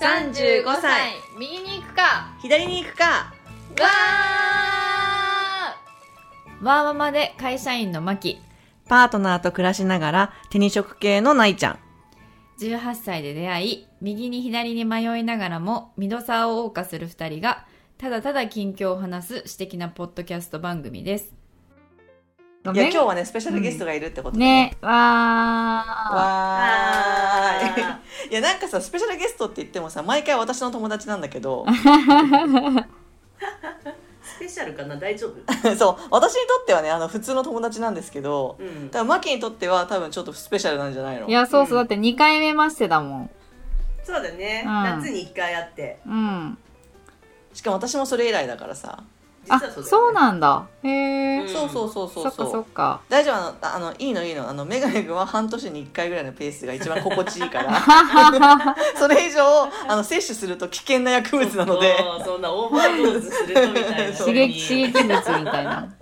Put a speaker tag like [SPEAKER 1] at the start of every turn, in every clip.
[SPEAKER 1] 35歳
[SPEAKER 2] 右に行くか
[SPEAKER 1] 左に行くか
[SPEAKER 2] わ
[SPEAKER 3] わーままで会社員のマキ
[SPEAKER 1] パートナーと暮らしながら手に職系のないちゃん
[SPEAKER 3] 18歳で出会い右に左に迷いながらもミドサーを謳歌する2人がただただ近況を話す私的なポッドキャスト番組ですご
[SPEAKER 1] いや
[SPEAKER 3] めん
[SPEAKER 1] 今日はねスペシャルゲストがいるってこと
[SPEAKER 2] ー
[SPEAKER 1] で
[SPEAKER 2] ねわ
[SPEAKER 1] わー
[SPEAKER 2] わ
[SPEAKER 1] い いやなんかさスペシャルゲストって言ってもさ毎回私の友達なんだけ ど
[SPEAKER 4] スペシャルかな大丈夫、
[SPEAKER 1] そう私にとってはねあの普通の友達なんですけど
[SPEAKER 4] うん、
[SPEAKER 1] 多分マキにとっては多分ちょっとスペシャルなんじゃないの
[SPEAKER 2] ーいやそうそううんだって2回目ましてだもん
[SPEAKER 4] そうだね、
[SPEAKER 2] うん
[SPEAKER 4] 夏に1回会って
[SPEAKER 2] うん
[SPEAKER 1] しかも私もそれ以来だからさ、
[SPEAKER 4] 実
[SPEAKER 2] あ
[SPEAKER 4] はそうだよね
[SPEAKER 2] そうなんだへえ
[SPEAKER 4] うん
[SPEAKER 1] そうそうそうそ
[SPEAKER 2] そうっか
[SPEAKER 1] そ
[SPEAKER 2] そうっか
[SPEAKER 1] 大丈夫あのあのいいのいいのあのメガネ君は半年に1回ぐらいのペースが一番心地いいから それ以上あの摂取すると危険な薬物なので
[SPEAKER 4] そうそんなオーバードーズするとみたいな
[SPEAKER 2] 刺激刺激物みたい な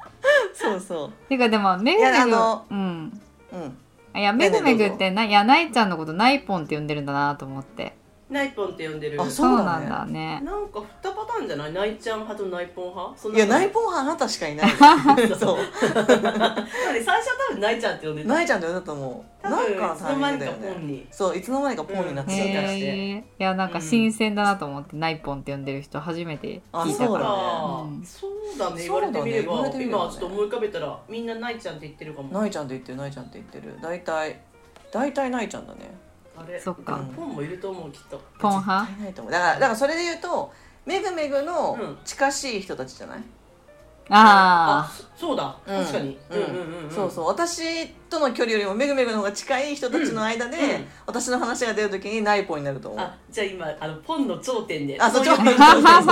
[SPEAKER 1] そうそ
[SPEAKER 2] てかでもめぐめ
[SPEAKER 1] いやあ
[SPEAKER 2] ぐ
[SPEAKER 1] の
[SPEAKER 2] うん
[SPEAKER 1] ううん
[SPEAKER 2] いや、めぐめぐってな、いや、ないちゃんのことないぽんって呼んでるんだなと思って。
[SPEAKER 4] ナイポンって呼んでる
[SPEAKER 1] あそ
[SPEAKER 2] そうう
[SPEAKER 1] だ
[SPEAKER 2] な
[SPEAKER 1] ね
[SPEAKER 2] んだね。
[SPEAKER 4] なんか二パターンじゃないナイちゃん派とナイポン派そん
[SPEAKER 1] いやナイ
[SPEAKER 4] ポ
[SPEAKER 1] ポン派あなたしかいない そう
[SPEAKER 4] ン、ね、最初は多分ナイちゃんって呼んでた
[SPEAKER 1] ナイちゃんだよだと思う
[SPEAKER 4] 多
[SPEAKER 1] なん
[SPEAKER 4] 分
[SPEAKER 1] かの
[SPEAKER 4] いつ
[SPEAKER 1] タ
[SPEAKER 4] の
[SPEAKER 1] イミ
[SPEAKER 4] 間
[SPEAKER 1] ン
[SPEAKER 4] に
[SPEAKER 1] グ
[SPEAKER 4] か
[SPEAKER 1] だよ
[SPEAKER 4] ポン
[SPEAKER 1] ね
[SPEAKER 4] に
[SPEAKER 1] そういつの間にかポンになってたみたいな
[SPEAKER 4] へ
[SPEAKER 2] へえ。いや、なんか新鮮だなと思って、ないぽんって呼んでる人初めて
[SPEAKER 1] あ
[SPEAKER 2] 聞い
[SPEAKER 1] そ
[SPEAKER 2] た
[SPEAKER 1] う
[SPEAKER 2] か
[SPEAKER 1] だ
[SPEAKER 2] ら。
[SPEAKER 4] あ
[SPEAKER 2] うん
[SPEAKER 4] そうだね言
[SPEAKER 1] そ
[SPEAKER 4] わ
[SPEAKER 1] うだ
[SPEAKER 4] れ
[SPEAKER 1] ね
[SPEAKER 4] てみれば
[SPEAKER 1] 言われてみればね
[SPEAKER 4] 今ちょっと思い浮かべたらみんなナイちゃんって言ってるかも
[SPEAKER 1] ナイちゃんって言ってるナイちゃんって言ってる大体大体ナイちゃんだね
[SPEAKER 4] あれ
[SPEAKER 2] そっか
[SPEAKER 4] でもポンもいると思うきっと
[SPEAKER 2] ポン派
[SPEAKER 1] 絶対ないと思うだからだからそれで言うとめぐめぐの
[SPEAKER 4] うん
[SPEAKER 1] 近しい人たちじゃない、
[SPEAKER 2] あ
[SPEAKER 4] そそうだ
[SPEAKER 1] うん
[SPEAKER 4] 確かに
[SPEAKER 1] うん
[SPEAKER 4] んうん
[SPEAKER 1] そうそう私との距離よりもめぐめぐの方が近い人たちの間で、
[SPEAKER 4] うんうん
[SPEAKER 1] 私の話が出るときにナイポンになると思う
[SPEAKER 4] あじゃあ今あのポンの頂点で
[SPEAKER 1] あそっちも
[SPEAKER 4] うい
[SPEAKER 1] そうそう そう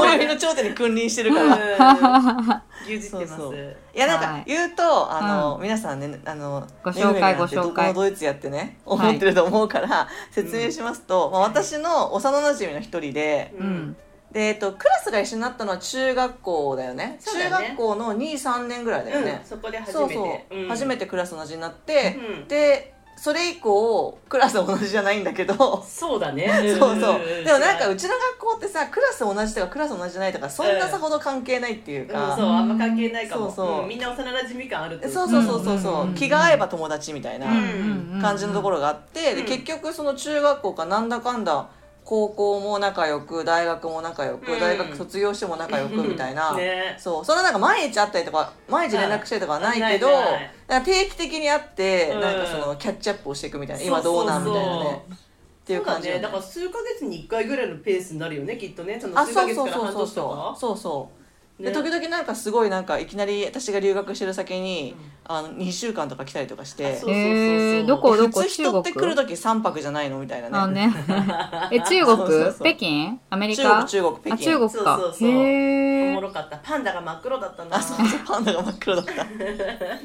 [SPEAKER 1] そう最寄りの頂点に君臨してるか
[SPEAKER 4] う
[SPEAKER 1] ら
[SPEAKER 4] ん牛耳ってます
[SPEAKER 1] そうそいやなん
[SPEAKER 2] は
[SPEAKER 1] か
[SPEAKER 2] い
[SPEAKER 1] 言うとあの、皆さんねあの
[SPEAKER 2] ご紹介
[SPEAKER 1] めぐめぐなんて
[SPEAKER 2] ご紹介
[SPEAKER 1] どこのドイツやってね
[SPEAKER 2] はい
[SPEAKER 1] 思ってると思うから、説明しますと、まあ、私の幼なじみの一人で
[SPEAKER 2] あ。うん。
[SPEAKER 1] で、えっと、クラスが一緒になったのは中学校だよね
[SPEAKER 4] そうだね
[SPEAKER 1] 中学校の23年ぐらいだよね
[SPEAKER 4] うん、、そこで初め
[SPEAKER 1] そう
[SPEAKER 4] て
[SPEAKER 1] そう、
[SPEAKER 4] ん
[SPEAKER 1] 初めてクラス同じになって、
[SPEAKER 4] うん
[SPEAKER 1] でそれ以降クラス同じじゃないんだけどそ
[SPEAKER 4] そうだね
[SPEAKER 1] う そうでもなんか
[SPEAKER 4] う
[SPEAKER 1] うちの学校ってさクラス同じとかクラス同じじゃないとかそんなさほど関係ないっていう
[SPEAKER 4] うんそう
[SPEAKER 1] か、
[SPEAKER 4] あんま関係ないかも
[SPEAKER 1] そうそうん
[SPEAKER 4] みんな幼馴染感あるってこと
[SPEAKER 1] そうそうそうそうそう、
[SPEAKER 2] うんうんうん
[SPEAKER 1] 気が合えば友達みたいな
[SPEAKER 2] うん
[SPEAKER 4] ん
[SPEAKER 2] うんうん
[SPEAKER 1] 感じのとこ
[SPEAKER 2] ろ。
[SPEAKER 1] ろがあって、
[SPEAKER 4] うん
[SPEAKER 1] で結局その中学校かなんだかんだ高校も仲良く大学も仲良く、
[SPEAKER 4] うん
[SPEAKER 1] 大学卒業しても仲良くみたいな、
[SPEAKER 4] うんね
[SPEAKER 1] そうそんななんか毎日会ったりとか毎日連絡したりとかはないけど、
[SPEAKER 4] うんないない
[SPEAKER 1] なんか定期的に会って、
[SPEAKER 4] うん
[SPEAKER 1] なんかそのキャッチアップをしていくみたいな今どうなんみ
[SPEAKER 4] そ
[SPEAKER 1] た
[SPEAKER 4] う
[SPEAKER 1] い
[SPEAKER 4] そうそう
[SPEAKER 1] なねっていう感じ
[SPEAKER 4] そうだねだ
[SPEAKER 1] よね
[SPEAKER 4] から数ヶ月に1回ぐらいのペースになるよねきっとねその
[SPEAKER 1] あ
[SPEAKER 4] 数
[SPEAKER 1] そ
[SPEAKER 4] ヶ
[SPEAKER 1] う
[SPEAKER 4] 月
[SPEAKER 1] そ
[SPEAKER 4] か
[SPEAKER 1] う
[SPEAKER 4] ら
[SPEAKER 1] そう
[SPEAKER 4] 半年と
[SPEAKER 1] そうそう
[SPEAKER 4] か
[SPEAKER 1] そうそう、
[SPEAKER 4] ね
[SPEAKER 1] で時々なんかすごいなんかいきなり私が留学してる先に、
[SPEAKER 4] うん
[SPEAKER 1] あの2週間とか来たりとかして
[SPEAKER 4] そうそうそう
[SPEAKER 2] えー、どこどこ
[SPEAKER 1] 普通
[SPEAKER 2] 中
[SPEAKER 1] 人って来る
[SPEAKER 2] 国
[SPEAKER 1] 時3泊じゃないのみたいなね
[SPEAKER 2] あね。え、中国
[SPEAKER 1] そうそうそう
[SPEAKER 2] 北京アメリ
[SPEAKER 1] 中国
[SPEAKER 2] カ
[SPEAKER 1] 中国北京
[SPEAKER 2] あ、中国か
[SPEAKER 4] そうそう。そうお
[SPEAKER 2] へえ
[SPEAKER 4] も。ろかったパンダが真っ黒だったんだ
[SPEAKER 1] あそうそうパンダが真っ黒だった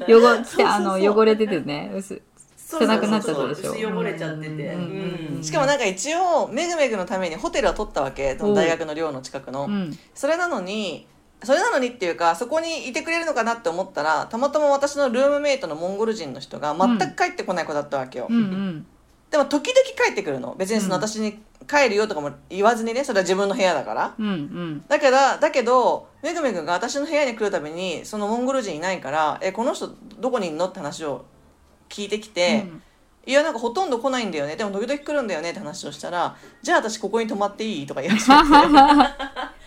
[SPEAKER 2] 汚して、あの、
[SPEAKER 1] そうそうそう
[SPEAKER 2] 汚れててね。薄
[SPEAKER 4] そうそうそう
[SPEAKER 2] 少なくなっちゃったでしょ
[SPEAKER 4] 薄汚れちゃってて
[SPEAKER 2] うんうんうん
[SPEAKER 1] しかもなんか一応めぐめぐのためにホテルを取ったわけその大学の寮の近く
[SPEAKER 2] う
[SPEAKER 1] の、
[SPEAKER 2] ん。
[SPEAKER 1] それなのにそれなのにっていうかそこにいてくれるのかなって思ったらたまたま私のルームメイトのモンゴル人の人が全く帰ってこない子だったわけよ、
[SPEAKER 2] うんうん。
[SPEAKER 1] でも時々帰ってくるの別にその
[SPEAKER 2] うん
[SPEAKER 1] 私に帰るよとかも言わずにねそれは自分の部屋だから
[SPEAKER 2] うんうん。
[SPEAKER 1] だけどだけどめぐめぐが私の部屋に来るたびにそのモンゴル人いないから「えこの人どこにいんの?」って話を聞いてきて、いやなんかほとんど来ないんだよねでも時々来るんだよねって話をしたら「じゃあ私ここに泊まっていい?」とか言い始め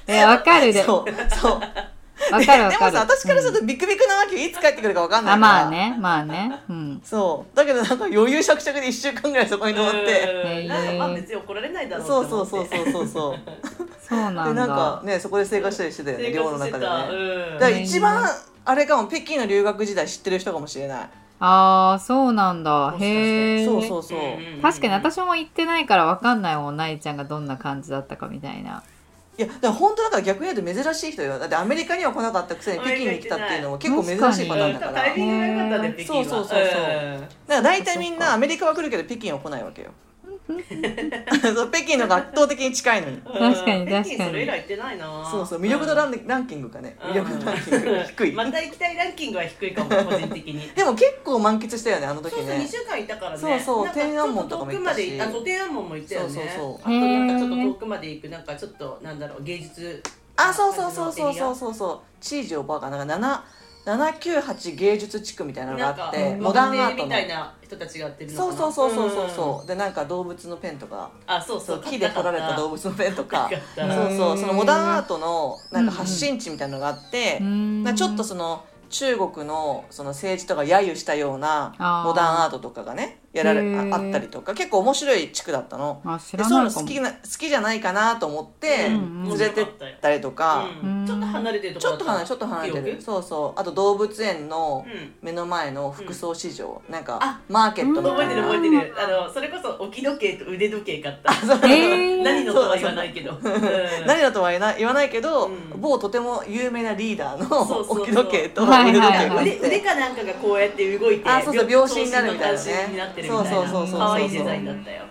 [SPEAKER 2] え、わかる
[SPEAKER 1] て
[SPEAKER 2] で。わ
[SPEAKER 1] そうそう
[SPEAKER 2] かるわ
[SPEAKER 1] で
[SPEAKER 2] かる。
[SPEAKER 1] もさ私からす
[SPEAKER 2] うん
[SPEAKER 1] るとビクビクなわけよいつ帰ってくるか分かんない
[SPEAKER 2] あ、
[SPEAKER 1] から
[SPEAKER 2] まあね、まあね。うん。
[SPEAKER 1] そうだけどなんか余裕しゃくしゃくで1週間ぐらいそこに泊まって
[SPEAKER 4] うんなんかまあ別に怒られないだろうと
[SPEAKER 1] そ
[SPEAKER 4] 思っ
[SPEAKER 1] う
[SPEAKER 4] て
[SPEAKER 1] そうそうそうそうそうで
[SPEAKER 2] そうなんだ。
[SPEAKER 1] なんかねそこで生活したりしてたよね
[SPEAKER 4] 生
[SPEAKER 1] 寮の
[SPEAKER 4] 活して
[SPEAKER 1] 中で
[SPEAKER 4] た
[SPEAKER 1] ねだ
[SPEAKER 4] うん
[SPEAKER 1] から一番あれかも北京の留学時代知ってる人かもしれない
[SPEAKER 2] ああ、そうなんだ。
[SPEAKER 4] もしかして
[SPEAKER 2] へえ。
[SPEAKER 1] そうそうそう
[SPEAKER 4] うんうんうん
[SPEAKER 2] 確かに私も行ってないから分かんないもん、なイちゃんがどんな感じだったかみたいな。
[SPEAKER 1] いやだから本当だから逆に言うと珍しい人よだってアメリカには来なかったくせに北京に来たっていうのも結構珍しいパターンだから
[SPEAKER 4] タイミングが良かったね
[SPEAKER 2] へー
[SPEAKER 4] 北京は
[SPEAKER 1] そうそうそうそう
[SPEAKER 4] うん
[SPEAKER 1] だから大体みんなアメリカは来るけど北京は来ないわけよそう北京のが圧倒的に近いのに
[SPEAKER 2] 確かに
[SPEAKER 4] うん
[SPEAKER 2] 確かに
[SPEAKER 4] 北京それ以来行ってないな
[SPEAKER 1] そうそう魅力度ラ
[SPEAKER 4] ン
[SPEAKER 1] ン,、ランキングがね
[SPEAKER 4] うん
[SPEAKER 1] 魅力度ランキングが低い、
[SPEAKER 4] また行きたいランキングは低いかも個人的に
[SPEAKER 1] でも結構満喫したよねあの時
[SPEAKER 4] そうそう2
[SPEAKER 1] ね
[SPEAKER 4] 週間いたからね
[SPEAKER 1] そうそう
[SPEAKER 4] なんか
[SPEAKER 1] 天安門とかも行ったし
[SPEAKER 4] ちょっと遠くまであそう天安門も行ったよね
[SPEAKER 1] そうそう
[SPEAKER 4] あ
[SPEAKER 1] そ
[SPEAKER 4] と
[SPEAKER 2] う
[SPEAKER 4] なんかちょっと遠くまで行くなんかちょっとなんだろう芸術
[SPEAKER 1] あそうそうそうそうそうそうそうチージオバーかなんか798芸術地区みたいなの
[SPEAKER 4] なん
[SPEAKER 1] が
[SPEAKER 4] か
[SPEAKER 1] あってモ
[SPEAKER 4] モ
[SPEAKER 1] ダ
[SPEAKER 4] ダ
[SPEAKER 1] ン
[SPEAKER 4] ン
[SPEAKER 1] ア
[SPEAKER 4] ア
[SPEAKER 1] ー
[SPEAKER 4] ート
[SPEAKER 1] トの
[SPEAKER 4] みたいな人たちがやってるのか
[SPEAKER 1] そう
[SPEAKER 4] な
[SPEAKER 1] そうそうそうそうそ
[SPEAKER 4] ん
[SPEAKER 1] うでなんか動物のペンとか
[SPEAKER 4] あそうそ
[SPEAKER 1] そう
[SPEAKER 4] う
[SPEAKER 1] 木で彫られた
[SPEAKER 4] 物
[SPEAKER 1] 動物のペンとか
[SPEAKER 4] そ
[SPEAKER 2] うん
[SPEAKER 1] そうそうそのモダンアートのなんか発信地みたいなのがあって、まあちょっとその中国のその政治とか揶揄したような
[SPEAKER 2] あー
[SPEAKER 1] モダンアートとかがねやられ
[SPEAKER 2] へー
[SPEAKER 1] ああったりとか結構面白い地区だったの。
[SPEAKER 2] あ知
[SPEAKER 1] で
[SPEAKER 2] ら
[SPEAKER 1] そうい
[SPEAKER 2] ないう
[SPEAKER 1] の
[SPEAKER 2] か
[SPEAKER 1] 好
[SPEAKER 2] も
[SPEAKER 1] きな好きじゃないかなと思って
[SPEAKER 2] うん
[SPEAKER 1] 連れてったりとか、
[SPEAKER 2] うん
[SPEAKER 4] ちょっと離れてると
[SPEAKER 1] ち
[SPEAKER 4] こ
[SPEAKER 1] ょ
[SPEAKER 4] だ
[SPEAKER 1] ったと離れちょっと離れて
[SPEAKER 4] 記
[SPEAKER 1] る
[SPEAKER 4] 憶
[SPEAKER 1] そうそうあと動物園の
[SPEAKER 4] うん
[SPEAKER 1] 目の前の服装市場、なんか
[SPEAKER 4] あ
[SPEAKER 1] マーケットみ
[SPEAKER 4] 覚えて
[SPEAKER 1] たい
[SPEAKER 4] る
[SPEAKER 1] な、
[SPEAKER 4] 覚えてるあのそれこそ置き時計と腕時計買った
[SPEAKER 2] えー
[SPEAKER 4] 何のとは言わないけどうん
[SPEAKER 1] 何だとは言えない言わないけど、
[SPEAKER 4] うん
[SPEAKER 1] 某とても有名なリーダー
[SPEAKER 4] そ
[SPEAKER 1] の
[SPEAKER 4] うそうそう
[SPEAKER 1] 置き時計と
[SPEAKER 2] はいはい
[SPEAKER 1] 腕時計
[SPEAKER 2] はい
[SPEAKER 1] があっ
[SPEAKER 4] 腕腕
[SPEAKER 1] て
[SPEAKER 4] かなんかがこうやって動いて
[SPEAKER 1] あそうそう
[SPEAKER 4] 秒
[SPEAKER 1] 秒針になるみたいなね
[SPEAKER 4] 秒針になってるみたいな
[SPEAKER 1] そうそうそうそう
[SPEAKER 4] 可愛いデザインだったよ、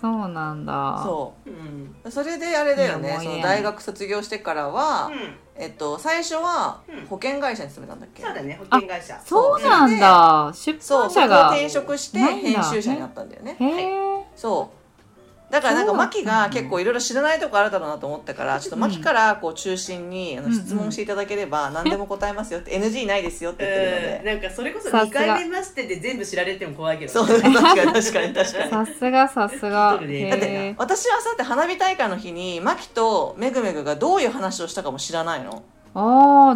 [SPEAKER 2] そうなんだ
[SPEAKER 1] そ
[SPEAKER 4] うん
[SPEAKER 1] うそれであれだよ
[SPEAKER 2] いや
[SPEAKER 1] ね
[SPEAKER 2] 思い入れ
[SPEAKER 1] その
[SPEAKER 2] ある
[SPEAKER 1] 大学卒業してから
[SPEAKER 4] う
[SPEAKER 1] は、
[SPEAKER 4] ん
[SPEAKER 1] えっと、最初は
[SPEAKER 4] うん
[SPEAKER 1] 保険会社に勤めたんだっけ、
[SPEAKER 4] そうだね保険会社
[SPEAKER 2] そうなんだ出
[SPEAKER 1] そう
[SPEAKER 2] 版
[SPEAKER 1] そ
[SPEAKER 2] 社
[SPEAKER 1] こ
[SPEAKER 2] が
[SPEAKER 1] 転職して
[SPEAKER 2] ないんだ
[SPEAKER 1] 編集者になったんだよね
[SPEAKER 2] へえ
[SPEAKER 1] そうだからなんか
[SPEAKER 2] そうだ
[SPEAKER 1] マ
[SPEAKER 2] った
[SPEAKER 1] キ
[SPEAKER 2] んだ
[SPEAKER 1] が結構いろいろ知らないとこあるだろうなと思ったからちょっとマキからこう中心にあ
[SPEAKER 2] う
[SPEAKER 1] の
[SPEAKER 2] ん
[SPEAKER 1] 質問していただければ何でも答えますよって NG ないですよって言ってるの
[SPEAKER 4] うん
[SPEAKER 1] で
[SPEAKER 4] なんかそれこそ
[SPEAKER 2] さすが
[SPEAKER 4] 2回目ましてで全部知られても怖いけど
[SPEAKER 1] そう確かに確かに確かに。
[SPEAKER 2] さすがさすが
[SPEAKER 4] 聞いとるね
[SPEAKER 2] へ
[SPEAKER 1] だって
[SPEAKER 2] え
[SPEAKER 1] 私はさって花火大会の日にマキとめぐめぐがどういう話をしたかも知らないの
[SPEAKER 2] あ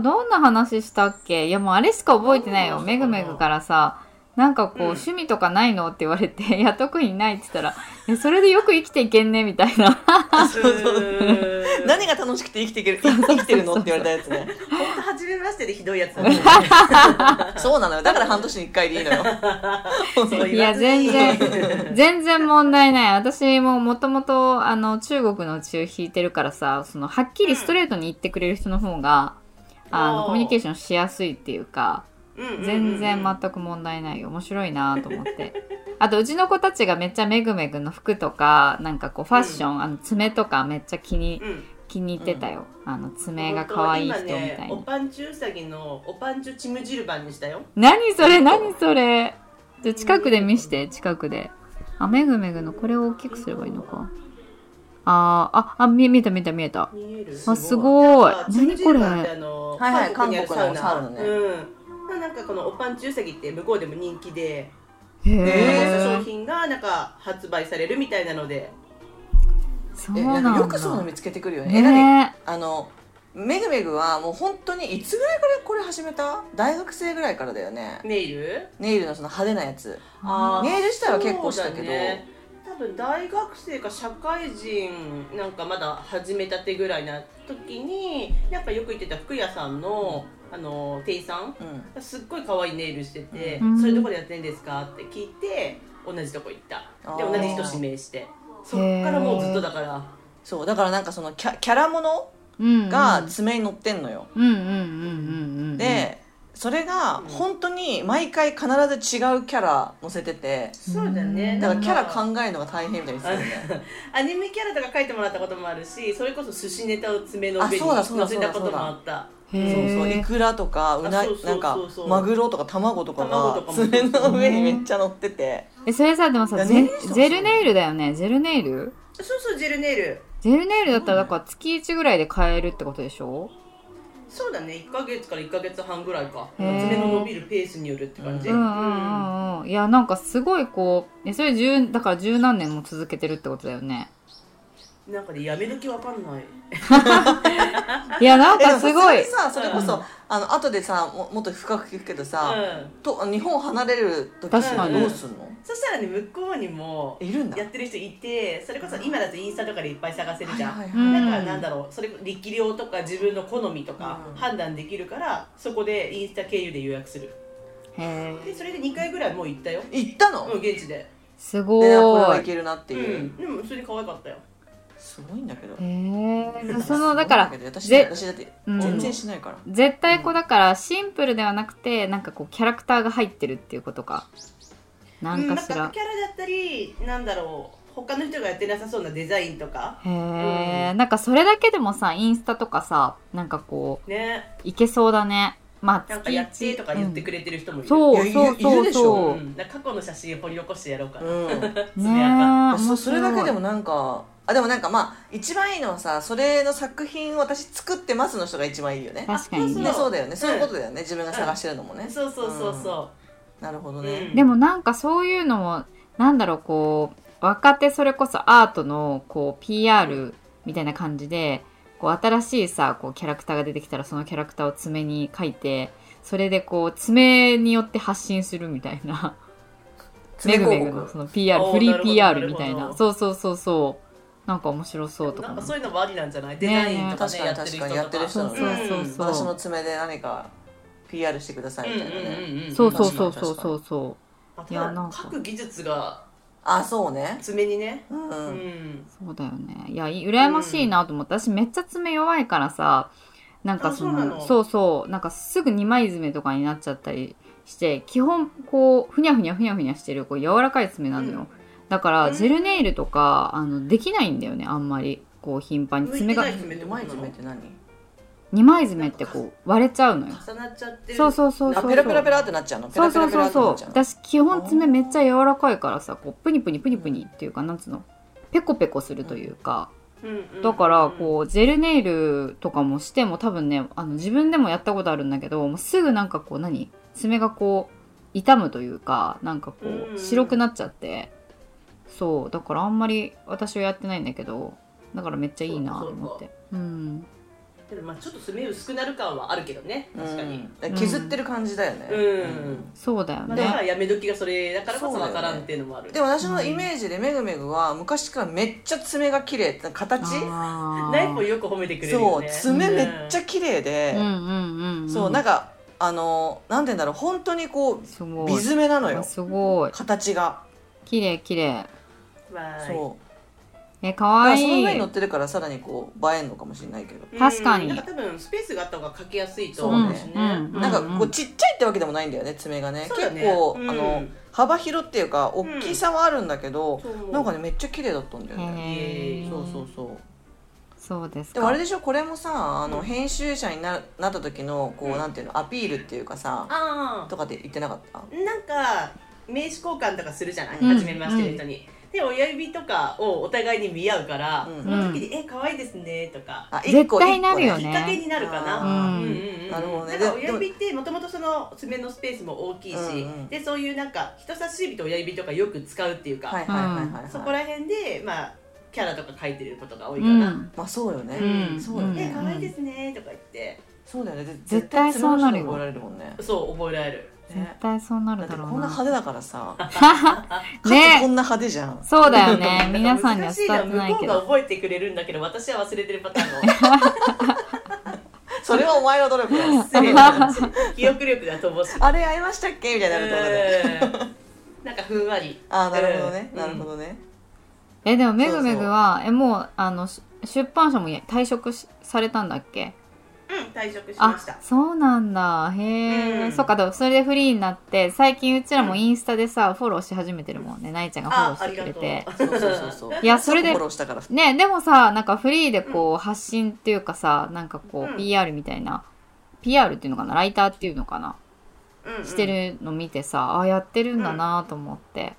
[SPEAKER 2] ーどんな話したっけいやもうあれしか覚えてないよ
[SPEAKER 4] どんな話
[SPEAKER 2] めぐ
[SPEAKER 4] かな
[SPEAKER 2] めぐからさなんかこう、
[SPEAKER 4] うん
[SPEAKER 2] 趣味とかないのって言われて「 いや特にない」って言ったら「えそれでよく生きていけんね」みたいな
[SPEAKER 4] うん
[SPEAKER 1] 何が楽しくて生きていける生きてるのって言われたやつ ね
[SPEAKER 4] 本当初めましてでひどいやつだね
[SPEAKER 1] そうなのよだから半年に1回でいいのよ
[SPEAKER 4] そう
[SPEAKER 2] い
[SPEAKER 4] 言わ
[SPEAKER 2] や
[SPEAKER 4] ずに
[SPEAKER 2] 全然全然問題ない私ももともとあの中国の血を引いてるからさそのはっきりストレートに言ってくれる人の方が、あ
[SPEAKER 4] お
[SPEAKER 2] の
[SPEAKER 4] ー
[SPEAKER 2] コミュニケーションしやすいっていうか
[SPEAKER 4] うんうんうん
[SPEAKER 2] 全然全く問題ないよ面白いなと思ってあとうちの子たちがめっちゃめぐめぐの服とかなんかこうファッション、あの爪とかめっちゃ気に
[SPEAKER 4] うん
[SPEAKER 2] 気に入ってたよ、あの爪が可愛い人みた
[SPEAKER 4] 今
[SPEAKER 2] い
[SPEAKER 4] ね
[SPEAKER 2] な、
[SPEAKER 4] おぱんちゅうさぎのおぱんちゅチム汁版にしたよ
[SPEAKER 2] 何それ何それじゃあ近くで見して近くであめぐめぐのこれを大きくすればいいのかあーああ見見えた見えた見えた
[SPEAKER 4] 見える
[SPEAKER 2] あすごい
[SPEAKER 4] なんかチム
[SPEAKER 2] 何
[SPEAKER 4] ジ
[SPEAKER 2] こ
[SPEAKER 4] ル
[SPEAKER 2] れ
[SPEAKER 4] バンってあの
[SPEAKER 1] はいはい
[SPEAKER 4] 韓国にあるサウナ
[SPEAKER 1] 韓国のサウナね
[SPEAKER 4] うんなんかこのおぱんちゅうさぎって向こうでも人気で
[SPEAKER 2] へ
[SPEAKER 4] 残した商
[SPEAKER 2] え
[SPEAKER 4] 品がなんか発売されるみたいなので
[SPEAKER 2] そう
[SPEAKER 1] え
[SPEAKER 2] な
[SPEAKER 1] なんん
[SPEAKER 2] だ
[SPEAKER 1] かよくそういうの見つけてくるよねえ何
[SPEAKER 2] ね
[SPEAKER 1] あのめぐめぐはもう本当にいつぐらいからこれ始めた大学生ぐらいからだよね
[SPEAKER 4] ネイル
[SPEAKER 1] ネイルのその派手なやつ
[SPEAKER 4] あ
[SPEAKER 1] ネイル自体は結構したけど、
[SPEAKER 4] 多分大学生か社会人なんかまだ始めたてぐらいな時にやっぱよく行ってた服屋さんのあの店員さん
[SPEAKER 1] うん
[SPEAKER 4] がすっごい可愛いネイルしてて、
[SPEAKER 2] うん
[SPEAKER 4] それどこでやってんですかって聞いて同じとこ行ったで
[SPEAKER 1] あー
[SPEAKER 4] 同じ人指名してそっからもうずっとだから
[SPEAKER 1] そうだからなんかそのキャキャラもの
[SPEAKER 2] うんうん
[SPEAKER 1] が爪に乗ってんのよ、
[SPEAKER 2] うんうんうんうんうん
[SPEAKER 1] でそれが本当に毎回必ず違うキャラ乗せてて
[SPEAKER 4] そうだね
[SPEAKER 1] だからキャラ
[SPEAKER 4] か
[SPEAKER 1] 考えるのが大変みたいですよね
[SPEAKER 4] アニメキャラとか書いてもらったこともあるしそれこそ寿司ネタを爪の
[SPEAKER 1] あ
[SPEAKER 4] 上に
[SPEAKER 1] そうだそうだ
[SPEAKER 4] 乗せ
[SPEAKER 1] そうだ
[SPEAKER 4] たこともあった
[SPEAKER 2] へ
[SPEAKER 1] そう
[SPEAKER 2] ー
[SPEAKER 1] そういくらとかうな
[SPEAKER 4] あそうそうそう
[SPEAKER 1] なんか
[SPEAKER 4] そう
[SPEAKER 1] マグロとか卵とか
[SPEAKER 4] 卵
[SPEAKER 1] が
[SPEAKER 4] とかも
[SPEAKER 1] 爪の上にめっちゃ乗ってて
[SPEAKER 2] えそれさでもさ
[SPEAKER 1] いや
[SPEAKER 2] ジ
[SPEAKER 1] ネイ
[SPEAKER 2] ェ
[SPEAKER 1] ルしてほしい
[SPEAKER 2] ジェルネイルだよねジェルネイル
[SPEAKER 4] そうそうジェルネイル
[SPEAKER 2] ジェルネイルだったらだから月1ぐらいで買えるってことでしょ
[SPEAKER 4] そうだね1か月から1か月半ぐらいか
[SPEAKER 2] へー
[SPEAKER 4] 爪の伸びるペースによるって感じ、
[SPEAKER 2] う
[SPEAKER 1] うで
[SPEAKER 2] ん
[SPEAKER 4] う
[SPEAKER 2] うんんうんうんいやなんかすごいこうえそれ十だから十何年も続けてるってことだよね
[SPEAKER 4] なんかねやめる気わかんない
[SPEAKER 2] いやなん
[SPEAKER 1] えでも
[SPEAKER 2] かすごい
[SPEAKER 1] さすがにさそれこそ、
[SPEAKER 2] うん
[SPEAKER 1] あの後でさももっと深く聞くけどさ、
[SPEAKER 4] うん
[SPEAKER 1] と日本離れる時
[SPEAKER 2] 確
[SPEAKER 4] かに
[SPEAKER 1] どうすんの、
[SPEAKER 4] そしたらね向こうにも
[SPEAKER 1] いるんだ
[SPEAKER 4] やってる人いてそれこそ今だとインスタとかでいっぱい探せるじゃん、
[SPEAKER 1] はいはい
[SPEAKER 2] うん
[SPEAKER 1] はい
[SPEAKER 4] だからなんだろうそれ力量とか自分の好みとか
[SPEAKER 1] うん
[SPEAKER 4] 判断できるからそこでインスタ経由で予約する
[SPEAKER 2] へー
[SPEAKER 4] でそれで2回ぐらいもう行ったよ
[SPEAKER 1] 行ったの、
[SPEAKER 4] うん現地で
[SPEAKER 2] す
[SPEAKER 1] でこれ
[SPEAKER 2] ご
[SPEAKER 1] はい
[SPEAKER 2] い
[SPEAKER 1] けるなって
[SPEAKER 4] う
[SPEAKER 1] いう、
[SPEAKER 4] んでも普通に可愛かったよ
[SPEAKER 1] すごいんだけど
[SPEAKER 2] へーそのだから
[SPEAKER 1] すごいんけど私
[SPEAKER 2] ぜ
[SPEAKER 1] 私だって
[SPEAKER 2] うん
[SPEAKER 1] 全然しないから、
[SPEAKER 2] 絶対こうだからシンプルではなくてなんかこうキャラクターが入ってるっていうことかなんかし
[SPEAKER 4] うんま
[SPEAKER 2] ら
[SPEAKER 4] あキャラだったりなんだろう他の人がやってなさそうなデザインとか
[SPEAKER 2] へえ、なんかそれだけでもさ、インスタとかさ、なんかこ
[SPEAKER 4] ね
[SPEAKER 2] う、いけそうだね。まあ、
[SPEAKER 4] なんかやってとか言ってく
[SPEAKER 2] る。
[SPEAKER 4] れてる人もいる、
[SPEAKER 2] そ
[SPEAKER 1] いうやいる
[SPEAKER 2] そう
[SPEAKER 1] い
[SPEAKER 2] そ
[SPEAKER 1] る
[SPEAKER 2] う
[SPEAKER 1] でしょ
[SPEAKER 2] そうう。
[SPEAKER 4] ん、だから過去の写真を掘り起こしてやろうかな、
[SPEAKER 1] うん
[SPEAKER 4] つぶやか
[SPEAKER 2] ねえ
[SPEAKER 1] そそれだけで
[SPEAKER 2] も
[SPEAKER 1] もなんかあでもなんかまあ一番いいのはさそれの作品を私作ってますの人が一番いいよね
[SPEAKER 2] 確かに
[SPEAKER 4] あそう
[SPEAKER 2] ね
[SPEAKER 1] ねそうだよねそういうことだよね、自分が探してるのもね、
[SPEAKER 4] そうそうそうそ
[SPEAKER 1] なるほど
[SPEAKER 4] う、
[SPEAKER 1] ね、
[SPEAKER 2] でもなんかそういうのもなんだろうこう若手それこそアートのこう PR みたいな感じでこう新しいさこうキャラクターが出てきたらそのキャラクターを爪に書いてそれでこう爪によって発信するみたいな
[SPEAKER 1] 爪
[SPEAKER 2] めぐ
[SPEAKER 1] 広
[SPEAKER 2] めぐ
[SPEAKER 1] 告
[SPEAKER 2] のその PR
[SPEAKER 4] おー
[SPEAKER 2] フリー
[SPEAKER 4] な
[SPEAKER 2] PR
[SPEAKER 4] る
[SPEAKER 2] み
[SPEAKER 4] ほど
[SPEAKER 2] たい
[SPEAKER 4] なるほ
[SPEAKER 2] なそうそうそうそうなんか面白そうと
[SPEAKER 4] な
[SPEAKER 2] か
[SPEAKER 4] ん
[SPEAKER 2] も
[SPEAKER 4] か
[SPEAKER 2] そ
[SPEAKER 4] そう
[SPEAKER 2] う
[SPEAKER 4] いうのもありなんじゃない
[SPEAKER 2] ねえ
[SPEAKER 4] デザインとかね
[SPEAKER 1] 確かに
[SPEAKER 4] やってる人と
[SPEAKER 1] 確か
[SPEAKER 4] か
[SPEAKER 1] にやって
[SPEAKER 2] そうそう
[SPEAKER 1] る人
[SPEAKER 2] そう
[SPEAKER 1] 私
[SPEAKER 2] そ
[SPEAKER 1] の
[SPEAKER 2] う
[SPEAKER 1] 爪で何か PR してくださいみたいなね、
[SPEAKER 2] そう
[SPEAKER 1] 確か
[SPEAKER 2] そう
[SPEAKER 1] に
[SPEAKER 2] そうそうそうそう
[SPEAKER 4] あ
[SPEAKER 2] いや
[SPEAKER 4] た
[SPEAKER 2] な
[SPEAKER 4] だ
[SPEAKER 2] んか
[SPEAKER 4] 書く技術が
[SPEAKER 1] あそうね
[SPEAKER 4] 爪にね
[SPEAKER 1] うん、
[SPEAKER 4] う
[SPEAKER 1] うん、
[SPEAKER 4] ん
[SPEAKER 2] そうだよね。いや、い羨ましいなと思って、私めっちゃ爪弱いからさ、なんかその、
[SPEAKER 4] あそうなの
[SPEAKER 2] そうそう、なんかすぐ二枚爪とかになっちゃったりして、基本こう、ふにゃふにゃふにゃふにゃしてる、こう柔らかい爪なのよ。
[SPEAKER 4] うん
[SPEAKER 2] だから、ジェルネイルとか、あの、できないんだよね、あんまり。こう、頻繁に。爪が
[SPEAKER 4] 向い、てない
[SPEAKER 1] 爪って前爪って何
[SPEAKER 2] 二枚爪ってこう、割れちゃうのよ。
[SPEAKER 4] 重なっちゃってる
[SPEAKER 2] そうそうそうそ
[SPEAKER 1] あ
[SPEAKER 2] う。
[SPEAKER 1] ペラペラペラってなっちゃうのペ
[SPEAKER 2] そう
[SPEAKER 1] ラペ
[SPEAKER 2] そ
[SPEAKER 1] ラ
[SPEAKER 2] う
[SPEAKER 1] ペ
[SPEAKER 2] そ
[SPEAKER 1] ラ
[SPEAKER 2] う
[SPEAKER 1] ってな
[SPEAKER 2] そう
[SPEAKER 1] っちゃうの
[SPEAKER 2] 私基本爪めっちゃ柔らかいからさこうプニプニプニプニっていうかなんつうのペコペコするというか、
[SPEAKER 4] うんうん
[SPEAKER 2] だからこうジェルネイルとかもしても多分ねあの自分でもやったことあるんだけどもうすぐなんかこう何爪がこう傷むというかなんかこ
[SPEAKER 4] うんう
[SPEAKER 2] うん白くなっちゃってそうだからあんまり私はやってないんだけどだからめっちゃいいなと思ってうん
[SPEAKER 4] でもまあちょっと爪薄くなる感はあるけどね確かに
[SPEAKER 1] うん削ってる感じだよね、
[SPEAKER 4] うん、
[SPEAKER 2] そうだよ
[SPEAKER 4] まあ、だから
[SPEAKER 2] ね
[SPEAKER 4] やめ時がそれだからこそわからんっていうのもある、
[SPEAKER 1] でも私のイメージでめぐめぐは昔からめっちゃ爪が綺麗って形
[SPEAKER 2] あー
[SPEAKER 4] ナイフをよく褒めてくれる
[SPEAKER 1] そ
[SPEAKER 4] よ
[SPEAKER 1] う
[SPEAKER 4] ね
[SPEAKER 1] 爪めっちゃ綺麗で、
[SPEAKER 2] うんうんうんうん
[SPEAKER 1] そうなんかあのなんて言うんだろう本当にこ
[SPEAKER 2] す
[SPEAKER 1] う
[SPEAKER 2] ごい
[SPEAKER 1] 美爪なの
[SPEAKER 2] あ
[SPEAKER 1] よ
[SPEAKER 2] すごい
[SPEAKER 1] 形が
[SPEAKER 2] 綺麗綺麗
[SPEAKER 4] そ
[SPEAKER 1] そう
[SPEAKER 2] え可
[SPEAKER 1] だから
[SPEAKER 2] 愛
[SPEAKER 1] その
[SPEAKER 2] い
[SPEAKER 1] 上に乗ってるからさらにこう映えんのかもしれないけど、
[SPEAKER 4] う
[SPEAKER 2] 確かに
[SPEAKER 4] なんか多分スペースがあった方が書きやすいと
[SPEAKER 1] そう
[SPEAKER 4] 思う
[SPEAKER 1] ね
[SPEAKER 4] しね、
[SPEAKER 2] うんうん
[SPEAKER 1] なんかこうちっちゃいってわけでもないんだよね爪がね
[SPEAKER 4] そうだ
[SPEAKER 1] 結
[SPEAKER 4] ね
[SPEAKER 1] 構、
[SPEAKER 4] うん
[SPEAKER 1] あの幅広っていうか大きさはあるんだけど、
[SPEAKER 4] そう思う
[SPEAKER 1] なんかねめっちゃ綺麗だったんだよ
[SPEAKER 2] へ
[SPEAKER 1] ね、
[SPEAKER 2] ー
[SPEAKER 1] そうそうそう
[SPEAKER 2] そうです
[SPEAKER 1] でもあ
[SPEAKER 2] か
[SPEAKER 1] れでしょこれもさあの編集者にななった時のこう、
[SPEAKER 4] うん
[SPEAKER 1] なんていうのアピールっていうかさ
[SPEAKER 4] あ
[SPEAKER 1] とかって言ってなかった
[SPEAKER 4] あなんか名刺交換とかするじゃない、
[SPEAKER 2] うん
[SPEAKER 4] 初めましての人に、で親指とかをお互いに見合うから、
[SPEAKER 1] うん
[SPEAKER 4] その時に「え可愛いですね」とか、
[SPEAKER 1] あ
[SPEAKER 2] 絶対なるよ
[SPEAKER 1] 一個一個
[SPEAKER 2] ね
[SPEAKER 4] きっかけになるかな、
[SPEAKER 2] あー
[SPEAKER 4] うんうんうん
[SPEAKER 1] なるほどね
[SPEAKER 4] なんか親指ってもともとその爪のスペースも大きいし、
[SPEAKER 1] うんうん
[SPEAKER 4] でそういうなんか人差し指と親指とかよく使うっていうか、
[SPEAKER 1] はいはいはいはい、はい
[SPEAKER 4] そこら辺でまあキャラとか書いてることが多いうかな。
[SPEAKER 2] ん
[SPEAKER 1] まあそうよね、
[SPEAKER 4] うん
[SPEAKER 1] そうよ
[SPEAKER 2] うん
[SPEAKER 4] え
[SPEAKER 1] ね、
[SPEAKER 4] 可愛いですねとか言って、
[SPEAKER 1] そうだよねで
[SPEAKER 2] 絶対そうなるよ
[SPEAKER 1] 絶対その人に怒られるもんね
[SPEAKER 4] そう覚えられる。
[SPEAKER 2] 絶
[SPEAKER 1] ね
[SPEAKER 2] 対そうな
[SPEAKER 1] だ
[SPEAKER 2] る
[SPEAKER 1] って
[SPEAKER 2] だ
[SPEAKER 1] こ
[SPEAKER 2] ろ
[SPEAKER 1] ん
[SPEAKER 2] う
[SPEAKER 1] な
[SPEAKER 2] な
[SPEAKER 1] 派手だからさ、かつ
[SPEAKER 2] ね
[SPEAKER 1] こんな派手じゃん
[SPEAKER 2] そうだ よね皆さんには
[SPEAKER 4] 難し
[SPEAKER 2] 伝
[SPEAKER 4] い
[SPEAKER 2] わ
[SPEAKER 4] な
[SPEAKER 2] ってない
[SPEAKER 4] 向こ
[SPEAKER 2] け
[SPEAKER 4] うが
[SPEAKER 2] ど
[SPEAKER 4] 覚えてくれるんだけど私は忘れてるパターンの
[SPEAKER 1] それはお前の努力だ
[SPEAKER 4] 失 礼な感じ記憶力が乏しい。
[SPEAKER 1] あれ会いましたっけみたいになるってことね
[SPEAKER 4] うん なんかふんわり。
[SPEAKER 1] ああなるほどね、
[SPEAKER 4] うん
[SPEAKER 1] なるほどね
[SPEAKER 2] えでもめぐめぐはえもうあのし出版社もや退職しされたんだっけ
[SPEAKER 4] うん退職しま
[SPEAKER 2] あ
[SPEAKER 4] した。
[SPEAKER 2] そうなんだへえ、
[SPEAKER 4] うん
[SPEAKER 2] そっかでもそれでフリーになって最近うちらもインスタでさ、フォローし始めてるもんねないちゃんがフォロ
[SPEAKER 4] あ
[SPEAKER 2] ー
[SPEAKER 4] あ
[SPEAKER 2] し
[SPEAKER 4] り
[SPEAKER 2] て
[SPEAKER 4] が
[SPEAKER 2] くれ
[SPEAKER 4] とう
[SPEAKER 2] て。
[SPEAKER 1] そうそうそうそう
[SPEAKER 2] いやそれで
[SPEAKER 1] フォローしたから
[SPEAKER 2] ねでもさなんかフリーでこう、発信っていうかさなんかこう、
[SPEAKER 4] うん
[SPEAKER 2] PR みたいな PR っていうのかなライターっていうのかな、
[SPEAKER 4] うんうん
[SPEAKER 2] してるの見てさあやってるんだなと思って、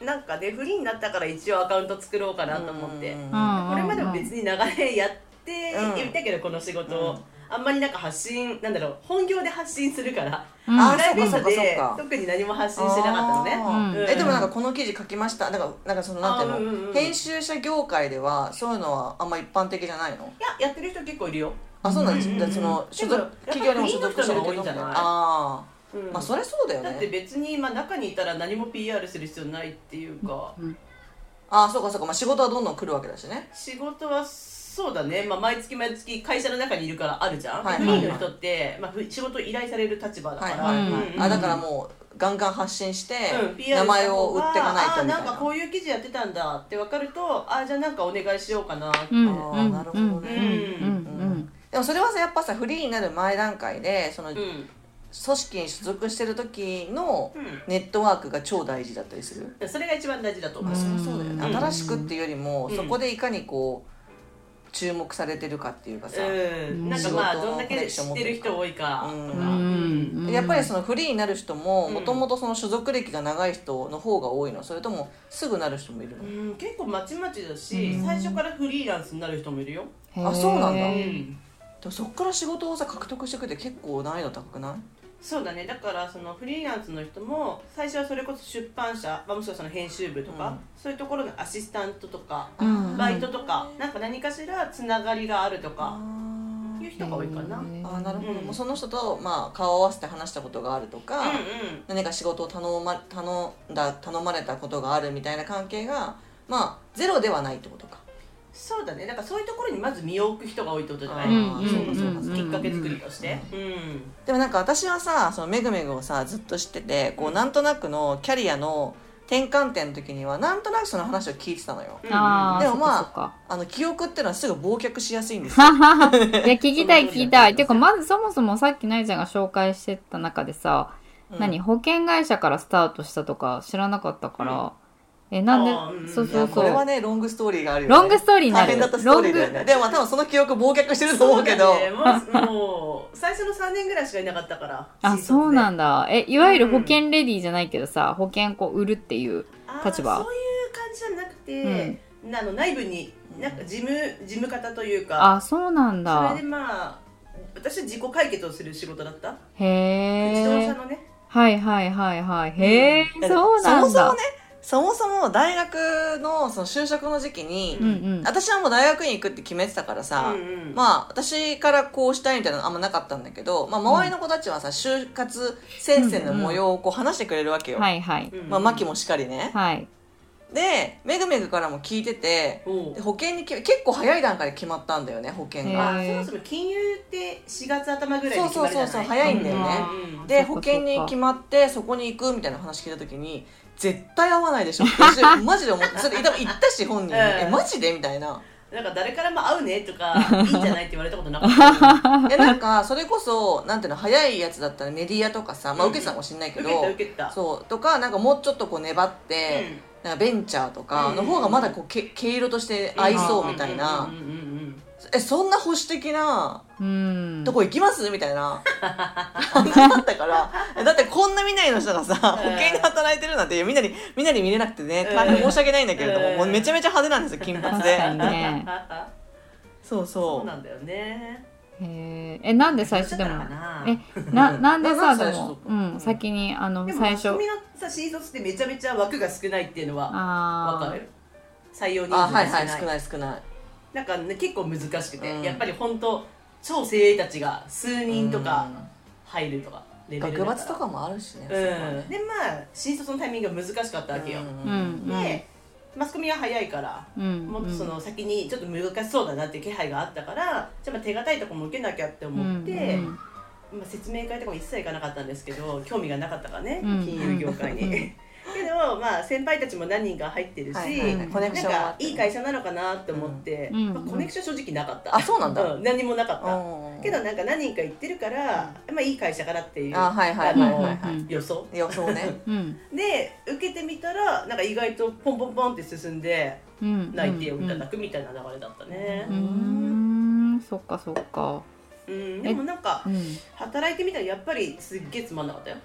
[SPEAKER 4] なんかねフリーになったから一応アカウント作ろうかなと思って、
[SPEAKER 1] うん
[SPEAKER 2] うん
[SPEAKER 4] これまでも別に長年やって
[SPEAKER 1] うん
[SPEAKER 4] いたけど、この仕事を、
[SPEAKER 1] うん
[SPEAKER 4] あんまりなんか発信なんだろう本業で発信するから
[SPEAKER 2] うん
[SPEAKER 1] あ
[SPEAKER 4] プライベー
[SPEAKER 1] そっ
[SPEAKER 4] ト
[SPEAKER 1] かそっか
[SPEAKER 4] で
[SPEAKER 1] そっか
[SPEAKER 4] 特に何も発信してなかったのね
[SPEAKER 1] あー
[SPEAKER 2] うん
[SPEAKER 1] えでもなんかこの記事書きましたなんかなんかそのなんていうの、
[SPEAKER 4] あーうんうんうん
[SPEAKER 1] 編集者業界ではそういうのはあんま一般的じゃないの
[SPEAKER 4] いややってる人結構いるよ、
[SPEAKER 1] あそうなんです、
[SPEAKER 4] うんうんうん
[SPEAKER 1] だからその所属
[SPEAKER 4] でも
[SPEAKER 1] 企業にも所属してるけ
[SPEAKER 4] や
[SPEAKER 1] ど
[SPEAKER 4] っぱフリーの人の方が多いんじゃない
[SPEAKER 1] あ
[SPEAKER 4] うん
[SPEAKER 1] あまあそれそうだよ
[SPEAKER 4] だって
[SPEAKER 1] ね
[SPEAKER 4] 別に、まあ、中にいたら何も PR する必要ないっていうか、
[SPEAKER 1] ああそうかそうか、まあ、仕事はどんどん来るわけだしね
[SPEAKER 4] 仕事はそうだね、まあ、毎月毎月会社の中にいるからあるじゃん、
[SPEAKER 1] はい
[SPEAKER 4] フリーの人って、まあ、ふ仕事依頼される立場だか
[SPEAKER 1] はい
[SPEAKER 4] ら、
[SPEAKER 1] はいはい、
[SPEAKER 2] うんうん
[SPEAKER 1] あだからもうガンガン発信して、
[SPEAKER 4] うん PR
[SPEAKER 1] 名前を売っていかないとみた
[SPEAKER 4] あー
[SPEAKER 1] い
[SPEAKER 4] なん
[SPEAKER 1] な
[SPEAKER 4] かこういう記事やってたんだって分かるとあーじゃあなんかお願いしようかなって、
[SPEAKER 2] うん
[SPEAKER 1] あー
[SPEAKER 2] うん
[SPEAKER 1] なるほどね
[SPEAKER 2] うんうんうん
[SPEAKER 1] でもそれはさやっぱさフリーになる前段階でその、
[SPEAKER 4] うん
[SPEAKER 1] 組織に所属してる時の
[SPEAKER 4] うん
[SPEAKER 1] ネットワークが超大事だったりする、
[SPEAKER 4] それが一番大事だと思い
[SPEAKER 1] まあ、
[SPEAKER 4] ます
[SPEAKER 1] そりゃそうだよね、
[SPEAKER 3] うん
[SPEAKER 1] 新しくっていうよりも、
[SPEAKER 4] うん
[SPEAKER 1] そこでいかにこう注目されてるかっていうかさ、
[SPEAKER 4] うん、なんかまあどんだけ知ってる人多いかと
[SPEAKER 1] う
[SPEAKER 4] か、
[SPEAKER 2] ん
[SPEAKER 1] やっぱりそのフリーになる人も
[SPEAKER 4] うん
[SPEAKER 1] もともとその所属歴が長い人の方が多いのそれともすぐなる人もいるの、
[SPEAKER 4] うん結構まちまちだし、
[SPEAKER 2] うん
[SPEAKER 4] 最初からフリーランスになる人もいるよ、
[SPEAKER 2] へー
[SPEAKER 1] あそうなんだう
[SPEAKER 4] うん
[SPEAKER 1] でもそこから仕事をさ獲得していくって結構難易度高くない
[SPEAKER 4] そうだねだからそのフリーランスの人も最初はそれこそ出版社、まあ、もしくはその編集部とか、
[SPEAKER 1] うん
[SPEAKER 4] そういうところのアシスタントとか
[SPEAKER 2] うん
[SPEAKER 4] バイトとか、なんか何かしらつながりがあるとか
[SPEAKER 1] あ
[SPEAKER 4] いう人が多いかな、うんうん
[SPEAKER 2] へ
[SPEAKER 1] ーあーなるほど、
[SPEAKER 4] うん
[SPEAKER 1] もうその人と、まあ、顔を合わせて話したことがあるとか、何か仕事を頼ま頼んだ頼まれたことがあるみたいな関係がまあゼロではないってことか
[SPEAKER 4] そうだねだからそういうところにまず身を置く人が多いってことじゃない、
[SPEAKER 1] あー
[SPEAKER 4] うん
[SPEAKER 1] そうかそうかそうか
[SPEAKER 4] きっかけ作りとして、うん
[SPEAKER 1] でもなんか私はさそのめぐめぐをさずっと知っててこうなんとなくのキャリアの転換点の時にはなんとなくその話を聞いてたのよ
[SPEAKER 4] うん
[SPEAKER 2] あー
[SPEAKER 1] でもまあ
[SPEAKER 2] そっか
[SPEAKER 1] あの記憶ってのはすぐ忘却しやすいんですよ
[SPEAKER 2] そっかいや聞きたい
[SPEAKER 4] そんなことじゃない
[SPEAKER 2] 聞き たいていうかまずそもそもさっきなイちゃんが紹介してた中でさ、
[SPEAKER 1] うん
[SPEAKER 2] 何保険会社からスタートしたとか知らなかったから、えなんで、
[SPEAKER 4] あーうん
[SPEAKER 2] そう
[SPEAKER 1] い
[SPEAKER 2] そ
[SPEAKER 1] や
[SPEAKER 2] うそ
[SPEAKER 1] こ
[SPEAKER 2] う、
[SPEAKER 1] れはねロングストーリーがあるよ、ね、
[SPEAKER 2] ロングストーリーになる
[SPEAKER 1] 大変だったストーリーだよ
[SPEAKER 2] ロン
[SPEAKER 1] ねでも多分その記憶忘却してる と思うけど
[SPEAKER 4] そうだねもうもう最初の3年ぐらいしかいなかったから
[SPEAKER 2] あそうなんんだえいわゆる保険レディーじゃないけどさ、保険こう売るっていう立場
[SPEAKER 4] そういう感じじゃなくて、あの内部になんか事務事務方というか
[SPEAKER 2] あそうなん
[SPEAKER 4] そ
[SPEAKER 2] だ
[SPEAKER 4] れでまあ私は自己解決をする仕事だった、
[SPEAKER 2] へ
[SPEAKER 4] 自動
[SPEAKER 2] え
[SPEAKER 4] 車のね
[SPEAKER 2] はいはいはいはいへえ、そうなんだ
[SPEAKER 1] そもそもねそもそも大学のその就職の時期に
[SPEAKER 2] う、んうん
[SPEAKER 1] 私はもう大学院行くって決めてたからさ、
[SPEAKER 4] うんうん
[SPEAKER 1] まあ私からこうしたいみたいなのあんまなかったんだけど、まあ、周りの子たちはさ就活戦線の模様をこう話してくれるわけよ、
[SPEAKER 2] はいはい
[SPEAKER 4] うん
[SPEAKER 1] まあ、マキもしっかりね、
[SPEAKER 2] はい
[SPEAKER 1] でめぐめぐからも聞いてて
[SPEAKER 4] おう
[SPEAKER 1] で保険にき結構早い段階で決まったんだよね保険が、
[SPEAKER 4] あ
[SPEAKER 2] へ
[SPEAKER 4] そ
[SPEAKER 2] ー
[SPEAKER 4] もそも金融って4月頭ぐらい
[SPEAKER 1] そ
[SPEAKER 4] に
[SPEAKER 1] う
[SPEAKER 4] 決
[SPEAKER 1] そ
[SPEAKER 4] ま
[SPEAKER 1] う
[SPEAKER 4] るじゃな
[SPEAKER 1] そう
[SPEAKER 4] い
[SPEAKER 1] そう早いんだよね、
[SPEAKER 4] うんうん
[SPEAKER 1] で
[SPEAKER 2] そっかそ
[SPEAKER 1] 保
[SPEAKER 2] っか
[SPEAKER 1] 険に決まってそこに行くみたいな話聞いた時に絶対合わないでしょって 私マジで思ってそれ多分言ったし本人に「
[SPEAKER 4] うん
[SPEAKER 1] えマジで?」みたいな
[SPEAKER 4] なんか誰からも会うねと かいいんじゃないって言われたことなかった
[SPEAKER 1] いやなんかそれこそなんていうの早いやつだったらメディアとかさまあ
[SPEAKER 4] うん
[SPEAKER 1] 受けてたかもしれないけ
[SPEAKER 4] 受け
[SPEAKER 1] ど
[SPEAKER 4] た受けた
[SPEAKER 1] そうとかなんかもうちょっとこう粘って、なんかベンチャーとかの方がまだこうけ毛色として合いそうみたいな、
[SPEAKER 4] うんうんうんうん
[SPEAKER 1] えそんな保守的な
[SPEAKER 2] うん
[SPEAKER 1] とこ行きますみた いな感じだったからえだってこんなみなりの人がさ保
[SPEAKER 4] うん
[SPEAKER 1] 険で働いてるなんていやみなりみなり見れなくてね
[SPEAKER 4] うん
[SPEAKER 1] 大変申し訳ないんだけれども
[SPEAKER 4] うん
[SPEAKER 1] もうめちゃめちゃ派手なんですよ金髪
[SPEAKER 2] 確かに
[SPEAKER 1] で
[SPEAKER 2] ね
[SPEAKER 1] そう
[SPEAKER 4] そ
[SPEAKER 1] そうう
[SPEAKER 4] なんだよね
[SPEAKER 2] へーえなんで最初でも
[SPEAKER 4] どうしたのかな
[SPEAKER 2] えな なんでさで
[SPEAKER 1] ななんで最初
[SPEAKER 2] も
[SPEAKER 1] と、か
[SPEAKER 2] うん、先にあの
[SPEAKER 4] でも
[SPEAKER 2] 最初
[SPEAKER 4] 君のさ新卒ってめちゃめちゃ枠が少ないっていうのはわ
[SPEAKER 2] あ
[SPEAKER 4] か
[SPEAKER 2] ー
[SPEAKER 4] る採用人
[SPEAKER 1] あ
[SPEAKER 4] 数
[SPEAKER 1] は
[SPEAKER 4] が
[SPEAKER 1] い
[SPEAKER 4] 少ない
[SPEAKER 1] はい少ない少ない
[SPEAKER 4] なんか、ね、結構難しくて、
[SPEAKER 1] うん
[SPEAKER 4] やっぱり本当超精鋭たちが数人とか入るとか、レ
[SPEAKER 1] うん
[SPEAKER 4] ベル
[SPEAKER 1] 学
[SPEAKER 4] だら
[SPEAKER 1] 罰とかもあるしね
[SPEAKER 4] う
[SPEAKER 1] そこはね
[SPEAKER 4] んでまあ新卒のタイミングが難しかったわけよ、
[SPEAKER 2] うんうん
[SPEAKER 4] でマスコミは早いから
[SPEAKER 2] うん
[SPEAKER 4] もっとその先にちょっと難しそうだなっていう気配があったからじゃあまあ手堅いとこも受けなきゃって思って、
[SPEAKER 2] うんうん
[SPEAKER 4] まあ、説明会とかも一切行かなかったんですけど興味がなかったからね、
[SPEAKER 2] うん
[SPEAKER 4] 金融業界に。
[SPEAKER 1] うん
[SPEAKER 4] けどまあ先輩たちも何人か入ってるし、
[SPEAKER 1] はいはいはい
[SPEAKER 2] うん
[SPEAKER 1] コネク
[SPEAKER 4] なん
[SPEAKER 1] ションは
[SPEAKER 4] かいい会社なのかなって思って、
[SPEAKER 2] うん
[SPEAKER 4] まあ、コネクション正直なかった、
[SPEAKER 1] あそうなんだ
[SPEAKER 4] うん、何もなかっ
[SPEAKER 1] う
[SPEAKER 4] た、
[SPEAKER 1] んうん
[SPEAKER 4] けどなんか何人か行ってるから、まあ、いい会社かなっていう
[SPEAKER 1] あはいはいはいはいは
[SPEAKER 2] うんうん
[SPEAKER 1] い
[SPEAKER 4] 予想
[SPEAKER 1] いやそうね
[SPEAKER 2] うん
[SPEAKER 4] で受けてみたらなんか意外とポンポンポンって進んで
[SPEAKER 2] うん
[SPEAKER 4] 内定をいただくみたいな流れだったね
[SPEAKER 2] う、んうんそっかそっか
[SPEAKER 4] うんでもなんか
[SPEAKER 2] うん
[SPEAKER 4] 働いてみたらやっぱりすっげえつまんなかったよ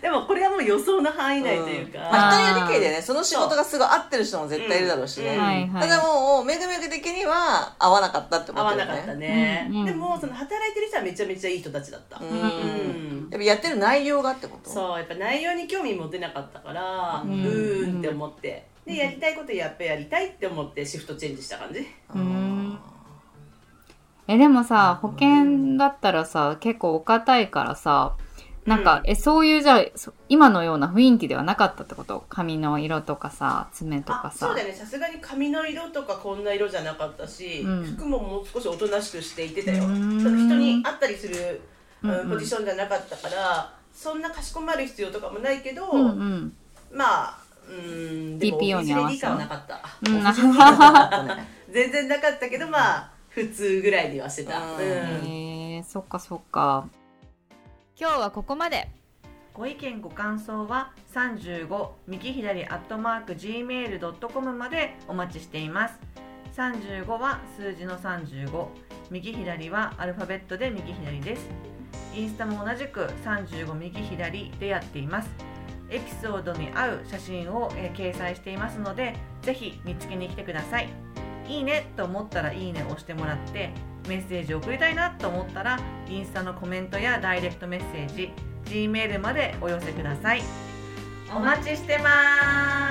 [SPEAKER 4] でもこれはもう予想の範囲内という
[SPEAKER 1] うん
[SPEAKER 4] か、
[SPEAKER 1] まあ、人によりけりでねその仕事がすごい合ってる人も絶対いるだろうしね、
[SPEAKER 4] うん
[SPEAKER 2] はい
[SPEAKER 1] ただ
[SPEAKER 2] は
[SPEAKER 1] もうめぐめぐ的には合わなかったってこ
[SPEAKER 4] 合
[SPEAKER 1] と
[SPEAKER 4] わ
[SPEAKER 1] だ
[SPEAKER 4] な
[SPEAKER 1] よ
[SPEAKER 4] かった
[SPEAKER 1] ね
[SPEAKER 4] ね、
[SPEAKER 2] うんうん
[SPEAKER 4] でもその働いてる人はめちゃめちゃいい人たちだった、
[SPEAKER 1] うん
[SPEAKER 4] うん
[SPEAKER 1] やっぱやってる内容がってこと
[SPEAKER 4] そうやっぱ内容に興味持てなかったから
[SPEAKER 1] う
[SPEAKER 4] うんんーんって思ってでやりたいことやっぱやりたいって思ってシフトチェンジした感じ
[SPEAKER 1] う
[SPEAKER 2] うん
[SPEAKER 1] ん
[SPEAKER 2] いえでもさ保険だったらさ結構お堅いからさなんか、えそういうじゃあそ今のような雰囲気ではなかったってこと髪の色とかさ爪とか
[SPEAKER 4] あ
[SPEAKER 2] さ
[SPEAKER 4] そうだよねさすがに髪の色とかこんな色じゃなかったし、
[SPEAKER 2] うん
[SPEAKER 4] 服ももう少しおとなしくしていてたよ
[SPEAKER 2] う
[SPEAKER 4] そ
[SPEAKER 2] ん
[SPEAKER 4] の人に会ったりする、うん
[SPEAKER 2] うんうん
[SPEAKER 4] ポジションじゃなかったからそんなかしこまる必要とかもないけど、
[SPEAKER 2] うんうん
[SPEAKER 4] まあうんでも
[SPEAKER 2] TPO
[SPEAKER 4] オフィス
[SPEAKER 2] に合わ
[SPEAKER 4] レディ
[SPEAKER 2] せ
[SPEAKER 4] ー感
[SPEAKER 2] た
[SPEAKER 4] はなかった
[SPEAKER 2] うんあ
[SPEAKER 4] 全然なかった けどまあ普通ぐらいにはしてた、
[SPEAKER 1] うん
[SPEAKER 4] うん
[SPEAKER 2] へえそっかそっか
[SPEAKER 3] 今日はここまで
[SPEAKER 5] ご意見ご感想は35右左アットマーク gmail.com までお待ちしています35は数字の35右左はアルファベットで右左ですインスタも同じく35右左でやっていますエピソードに合う写真を、えー掲載していますのでぜひ見つけに来てくださいいいねと思ったらいいねを押してもらってメッセージを送りたいなと思ったらインスタのコメントやダイレクトメッセージ G メールまでお寄せください。お待ちしてます。